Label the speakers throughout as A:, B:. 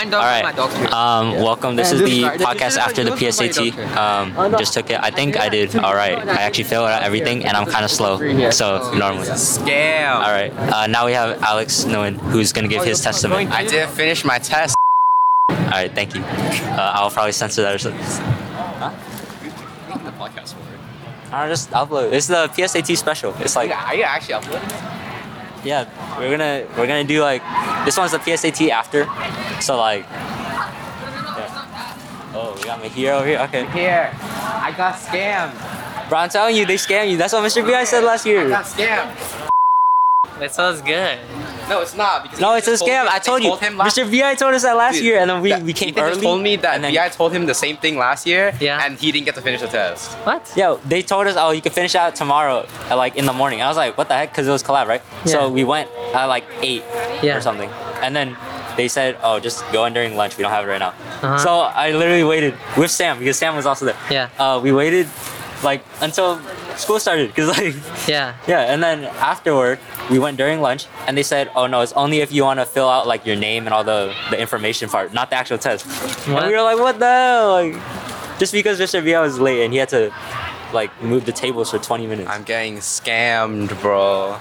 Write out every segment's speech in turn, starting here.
A: Mine dog,
B: All right.
A: my dog's here.
B: Um, welcome. This is
A: this
B: the
A: guy- this
B: podcast
A: is my-
B: after the
A: this is my
B: PSAT.
A: doctor.
B: Um, just took it. I think I did all right. I actually failed out everything, and I'm kind of slow. So normally.
C: Scam.
B: All right. Uh, now we have Alex Nguyen, who's gonna give his testament.
C: I did finish my test.
B: All right. Thank you. Uh, I'll probably censor that or something. I'll just upload. It's the PSAT special. It's like
C: Are you actually uploading?
B: yeah, we're gonna we're gonna do like this one's the PSAT after, so like. yeah. Oh, we got my hero over here. Okay.
C: Here. I got scammed.
B: Bro, I'm telling you, they scam you. That's what Mr. B.I. said last year.
C: scammed.
A: That sounds good.
C: No, it's not. Because
B: No,
C: he
B: it's a
C: just told
B: scam.
C: me-
B: I
C: they
B: told you.
C: Told him last
B: Mr. VI told us that last
C: Dude,
B: year, and then we,
C: that-
B: we came
C: Ethan just
B: early.
C: told me that
B: and then-
C: VI told him the same thing last year,
A: Yeah.
C: and he didn't get to finish the test.
A: What?
B: Yo, they told us, oh, you can finish out tomorrow, at, like in the morning. I was like, what the heck? Because it was collab, right?
A: Yeah.
B: So we went at like 8
A: Yeah.
B: or something. And then they said, oh, just go in during lunch. We don't have it right now.
A: Uh-huh.
B: So I literally waited with Sam because Sam was also there.
A: Yeah.
B: Uh, we waited like until school started because, like,
A: Yeah.
B: Yeah, and then afterward, we went during lunch, and they said, "Oh no, it's only if you want to fill out like your name and all the the information part, not the actual test."
A: What?
B: And we were like, "What the hell?" Like, just because Mr. VI was late and he had to like move the tables for 20 minutes.
C: I'm getting scammed, bro.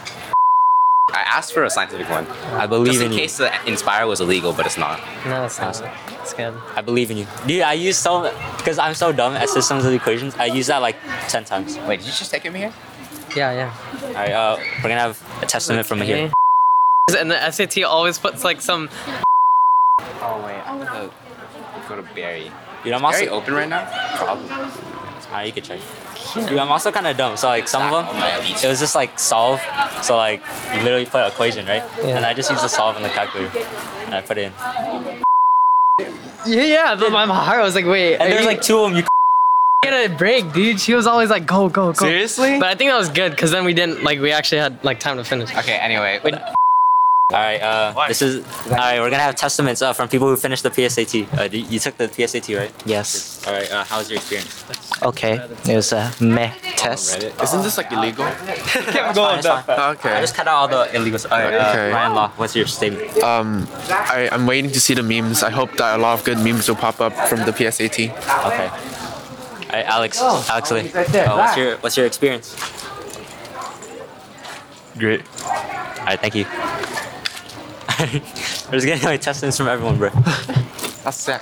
C: I asked for a scientific one.
B: I believe
C: Just in
B: in you.
C: case the Inspire was illegal, but it's not.
A: No, it's not. It's good.
B: I believe in you, dude. I use so because I'm so dumb at systems of equations. I use that like 10 times.
C: Wait, did you just take him here?
A: Yeah, yeah.
B: All right, uh, we're gonna have a testament from here.
A: And the SAT always puts like some.
C: Oh wait, I'm gonna Oh, go to Barry.
B: Dude, I'm
C: Barry
B: also.
C: open right now? Probably.
B: Ah, you could check. Dude, I'm also kind of dumb. So like some of
C: Oh
B: them,
C: my God.
B: it was just like solve. So like you literally put an equation, right?
A: Yeah.
B: And I just used the solve in the calculator, and I put it in.
A: Yeah, yeah. But my heart was like, wait.
B: And there's like two of them. You
A: get a break, dude. She was always like, go, go, go.
C: Seriously?
A: But I think that was good because then we didn't like we actually had like time to finish.
C: Okay. Anyway, wait.
B: all right. Uh,
C: Why?
B: this is all right. We're gonna have testaments uh, from people who finished the PSAT. Uh, do- you took the PSAT, right?
D: Yes.
B: All right. Uh, how was your experience?
D: Okay. It was a meh test.
C: Isn't this like illegal?
B: Fine, it's fine. I
E: Ah, Okay.
B: just cut out all the illegals. All right. Uh,
E: Okay.
B: Ryan Law, what's your statement?
E: Um, I, I'm waiting to see the memes. I hope that a lot of good memes will pop up from the PSAT.
B: Okay. All right, Alex. Alex Lee. Uh, what's your what's your experience?
E: Great.
B: All right. Thank you. We're just getting like testaments from everyone, bro.
E: That's sick.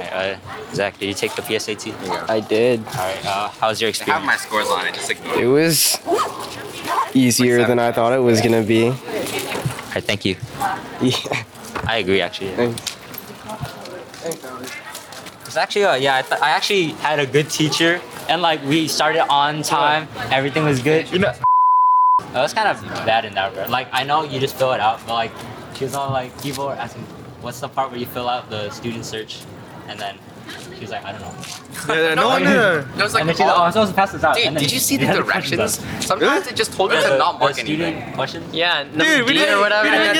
B: Alright, uh, Zach, did you take the PSAT?
F: I did.
B: Alright, uh, how was your
C: I have
B: experience?
C: my scores on it. Just ignore
F: It
C: it.
F: was easier than I thought it was gonna be.
B: Alright, thank you.
F: Yeah.
B: I agree, actually.
F: Thank-
B: It's actually, uh, yeah, I, th- I actually had a good teacher, and like we started on time, everything was good. You know, I was kind of bad in that regard. Like, I know you just fill it out, but like, she was all like, people were asking, what's the part where you fill out the student search? And then she was like, I don't know.
C: No, no, no. It was like,
B: and then she's like, oh, I'm supposed to pass this out.
C: dude,
B: and then
C: did you see the
B: had questions
C: directions?
B: out.
C: Sometimes it just told you to not mark
B: the
C: anything.
B: student questions?
A: Yeah, number D or whatever.
C: Yeah,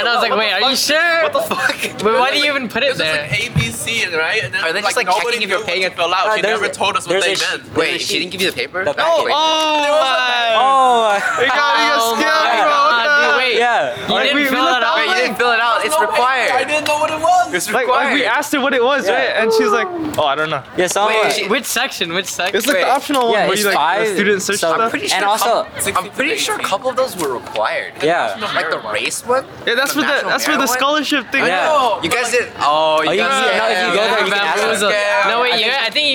A: And I was like,
C: what
A: wait,
C: the
A: are you
C: fuck?
A: sure?
C: What the fuck?
A: But why do you even put it
E: It's just
A: there?
E: like A, B, C, and right? And then,
C: Are they just like, checking if you're paying it?
E: fill out.
B: Uh,
E: She
B: there's
E: never
B: a-
E: told us what they
B: there's a sh-
E: meant.
C: Wait, she didn't give you the paper?
B: The
C: No,
B: packet.
A: Oh
B: Oh,
A: my! Oh my God, dude, wait.
B: yeah.
A: You didn't fill it out.
C: Wait, you didn't fill it out. It's
E: I
C: required.
E: didn't know what it was.
C: It's required.
G: asked her what it was,
B: Yeah.
G: right? And she's like, "Oh, I don't know."
B: Yeah, some
C: Wait,
B: uh,
C: she-
A: Which section? Which section?
G: It's like
C: Wait.
G: the optional one.
B: yeah,
G: where
B: it's
G: you, like,
B: five.
G: the student search
B: so-
G: stuff.
B: and also,
C: I'm pretty sure a couple of those were required.
B: yeah.
C: Like the race one?
G: Yeah, that's
C: The
G: where the
C: national
G: that's where the
C: merit one?
G: scholarship thing.
B: Yeah.
C: You guys did. Oh, you
B: Oh, you
C: guys
B: can see it. No, if you go
C: yeah,
B: there, you can ask
C: yeah,
B: them.
C: yeah.
A: No, wait, yeah, I think you.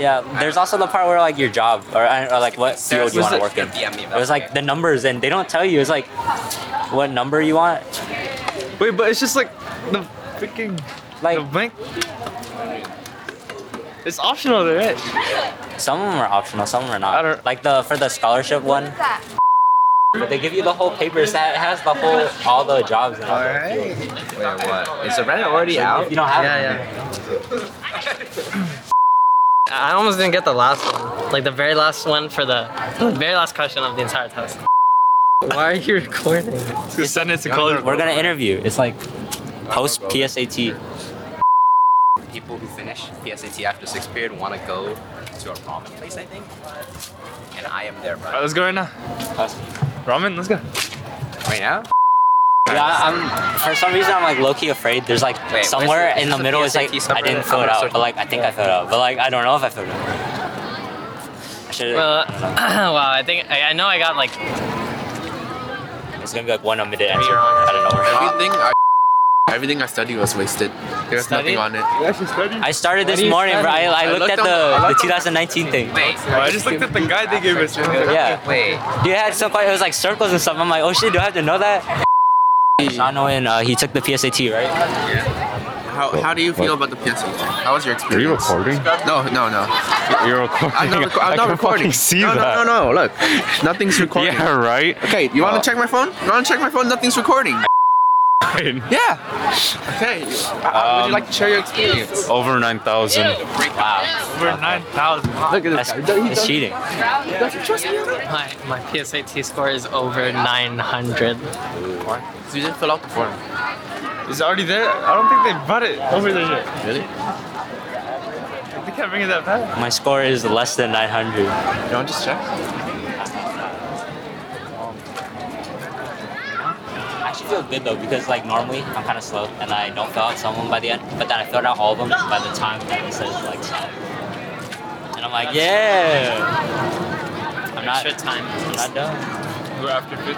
B: Yeah, there's also the part where like your job or, uh, or like what field you
C: was
B: want to
C: it-
B: work in.
C: Yeah, I
G: E
C: mean,
B: It was like the numbers, and they don't tell you. It's like what number you want.
G: Wait, but it's just like the freaking
B: Like
G: the blank. It's optional, though, right?
B: some of them are optional, some of them are not.
G: I don't-
B: Like the for the scholarship one. They give you the whole paper. so It has the whole all the jobs. And all that.
C: Wait, what? Is the Reddit already out?
B: If you don't have
A: Yeah,
B: it,
A: yeah. I almost didn't get the last one. Like the very last one for the, the very last question of the entire test. Why are you recording?
G: To send it to college.
B: we're gonna interview. It's like post PSAT.
C: people who finish PSAT after sixth period want to go to a ramen place, I think. And I am there right,
G: Alright, let's go right now.
B: Post-
G: Ramen, let's go.
C: right now. time.
B: Yeah, I'm. For some reason, I'm like low-key afraid. There's like
C: where's
B: somewhere
C: the-
B: in the
C: where's the
B: middle. It's like
C: PSAT
B: I didn't
C: subreddit?
B: fill
C: I'm
B: it
C: gonna
B: out,
C: search
B: but like I think I filled it out. But like I don't know if I filled it. out. I should.
A: Well, wow, I think I, I know I got like
B: It's gonna be like one omitted answer.
A: wrong.
B: I don't know. Where.
E: Everything I, everything I studied was wasted. There's
A: Studied?
E: nothing on it.
G: You actually studied?
B: I started this
A: do you
B: morning,
A: study?
B: bro. I, I, looked,
E: looked
B: at
E: on the- I
B: the, the
E: looked
B: 2019 thing.
C: Wait,
G: Bro, I just looked at the guide they gave us. and I was like,
B: Yeah.
C: wait.
B: You had some part, it was like circles and stuff. I'm like, oh shit, do I have to know that? Sean Owen, uh, he took the PSAT, right?
E: How, how do you feel about the PSAT? How was your
H: Are you
E: experience?
H: recording?
E: No, no, no.
H: You're recording.
E: I'm not, reco-
H: I
E: I'm not
H: can
E: recording.
H: fucking see
E: no,
H: that.
E: no, no, no. Look, nothing's recording.
H: Yeah, right.
E: Okay, you want to check my phone? You want to check my phone? Nothing's recording. Yeah. Okay. uh, would you like to share your experience?
H: Over nine thousand.
B: Wow,
G: Over 9,000.
E: Look at
B: that's,
E: this guy. Don't- he
B: that's cheating.
E: doesn't trust me.
A: my my PSAT score is over 900.
E: So you didn't fill out the form.
G: It's already there. I don't think they brought it over there yet.
E: Really?
G: They can't bring it that bad.
B: My score is less than 900.
E: You want to just check?
B: I actually feel good though because like normally I'm kind of slow and I don't fill out some of them by the end, but then I filled out all of them by the time that it says like solid. And I'm like, yeah. I'm not,
A: Extra time.
B: I'm not done.
G: We're after 50.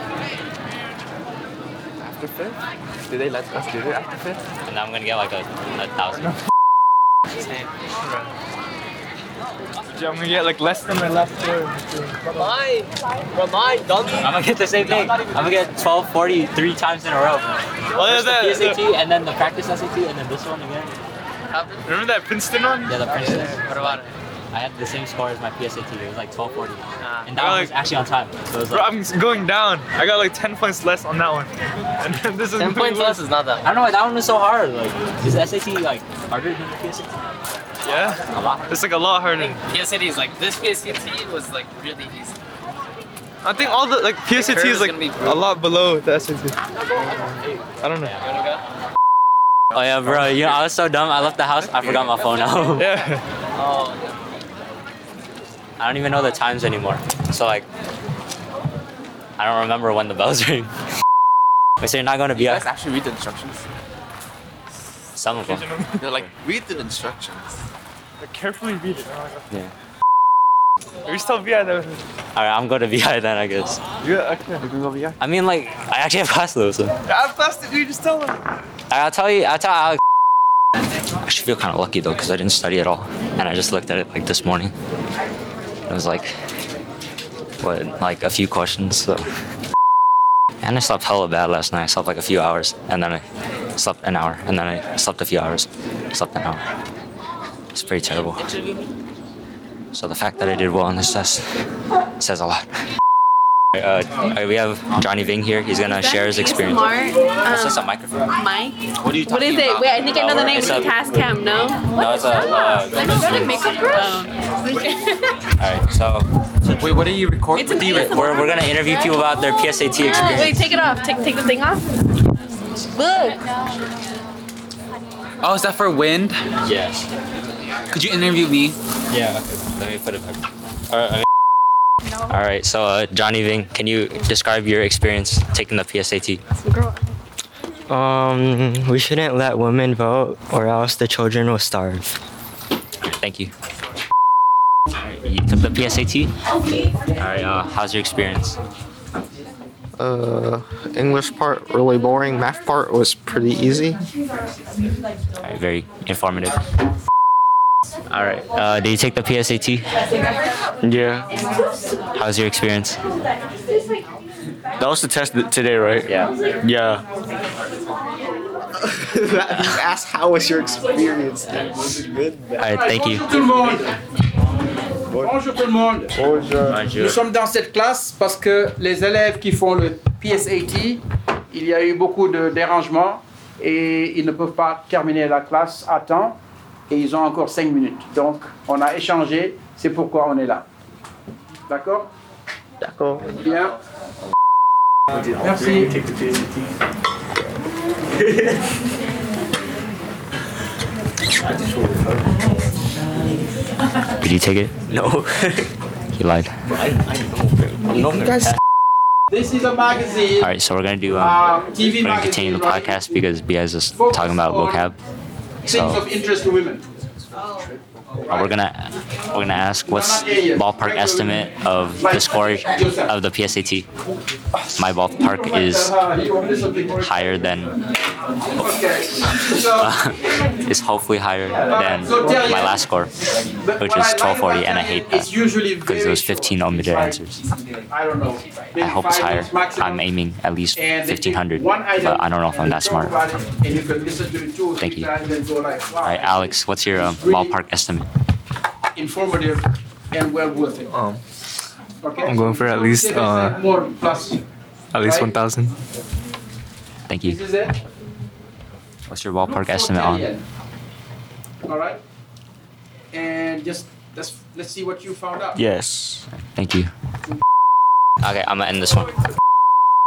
E: After fifth? Did they let us do it after fifth?
B: And I'm gonna get like a, a thousand.
G: I'm gonna get like less than I left year.
A: Why? Why, dummy?
B: I'm gonna get the same thing. I'm gonna get 1240 three times in a row.
G: Oh,
B: First the
G: yeah, that,
B: PSAT and then the practice SAT and then this one again.
G: remember that Princeton one?
B: Yeah, the practice.
A: What about it?
B: I had the same score as my PSAT. It was like 1240.
A: Ah.
B: and that
G: Bro,
B: one was
G: like-
B: actually on time. So it was
G: Bro,
B: like,
G: I'm s- going down. I got like 10 points less on that one. And then this
A: 10
G: is gonna be
A: points less
G: worse.
A: is not that.
B: I don't know why that one was so hard. Like, is SAT like harder than the PSAT?
G: Yeah.
B: A lot.
G: It's like a lot harder.
A: PSAT is like this PSAT was like really easy.
G: I think all the like PSAT is
A: is
G: like
A: gonna be
G: a lot below the SAT. I don't know.
B: Oh yeah, bro. You know, I was so dumb. I left the house. I forgot my phone out.
G: Yeah.
B: I don't even know the times anymore. So like, I don't remember when the bells ring. Wait, so you're not going to be
E: Let's
B: at
E: actually read the instructions.
B: some of them.
E: They're like, read the instructions.
G: Like, carefully read it. Oh my
B: Yeah.
G: God. Are we still VI though?
B: All right, I'm going to VI then, I guess.
G: Yeah, okay.
B: I mean, like, I actually have class though, so.
G: I passed it, you just tell them.
B: I'll tell you, I'll tell Alex. I should feel kind of lucky though, because I didn't study at all. And I just looked at it like this morning. It was like, what, like a few questions, so. And I slept hella bad last night. I slept like a few hours, and then I slept an hour, and then I slept a few hours, slept an hour. It's pretty terrible. So the fact that I did well on this test says a lot. Uh, we have Johnny Ving here. He's gonna share his experience.
I: Smart.
B: It's just a
I: Um,
B: microphone.
I: Mike.
B: What are you
I: What
B: talking
I: is it?
B: about?
I: Wait, I think I know the name.
B: It's
I: It's
B: a-
I: Task Cam. No.
B: No, it's a. Uh,
I: makeup brush.
B: all right, so
E: Wait, what are you recording?
I: It's an ASMR.
B: we're, we're gonna interview people about their PSAT
I: Wait,
B: experience.
I: take it off. Take take the thing off. Look.
J: Oh, is that for wind?
B: Yes.
J: Could you interview me?
B: Yeah. Okay. Let me put it back. All right. All right. So uh, Johnny Ving, can you describe your experience taking the PSAT?
K: Um, we shouldn't let women vote, or else the children will starve.
B: Thank you. All right, You took the PSAT. All right. Uh, how's your experience?
K: Uh, English part really boring. Math part was pretty easy.
B: All right, very informative. All right. Uh, did you take the PSAT?
H: Yeah.
B: How's your experience?
H: That was the test th- today, right?
B: Yeah.
H: Yeah.
K: Ask how was your experience?
B: All right. Thank you.
J: Bonjour tout le monde. Nous sommes dans cette classe parce que les élèves qui font le PSAT, il y a eu beaucoup de dérangements et ils ne peuvent pas terminer la classe à temps et ils ont encore 5 minutes. Donc, on a échangé, c'est pourquoi on est là. D'accord
K: D'accord.
J: Bien. Merci.
B: Did you take it? No. he lied.
K: You guys
J: This is a magazine.
B: All right, so we're gonna do.
J: Uh,
B: Um,
J: TV
B: we're gonna continue the
J: magazine,
B: podcast because Bia's is talking about vocab.
J: Things
B: So
J: of interest to women.
B: uh, we're gonna we're gonna ask what's ballpark estimate of the score of the PSAT. My ballpark is higher than
J: Okay. So,
B: is hopefully higher than my last score, which is 1240, and I hate that because there's 15 omitted answers.
J: I don't know.
B: I hope it's higher. I'm aiming at least 1500, but I don't know if I'm that smart. All
J: And you can listen to it two or
B: Thank
J: three
B: you.
J: times and go like, wow,
B: right, Alex, what's your um, ballpark estimate?
J: informative and well worth it. Okay?
G: Um, I'm going for at
J: So
G: least,
J: take a
G: uh,
J: step more plus.
G: At least
J: Right?
G: 1,000.
B: Thank
J: This is it.
B: What's your ballpark estimate on?
J: All right. And just let's let's see what you found out.
B: Yes. Thank you. Okay, I'm gonna end this one.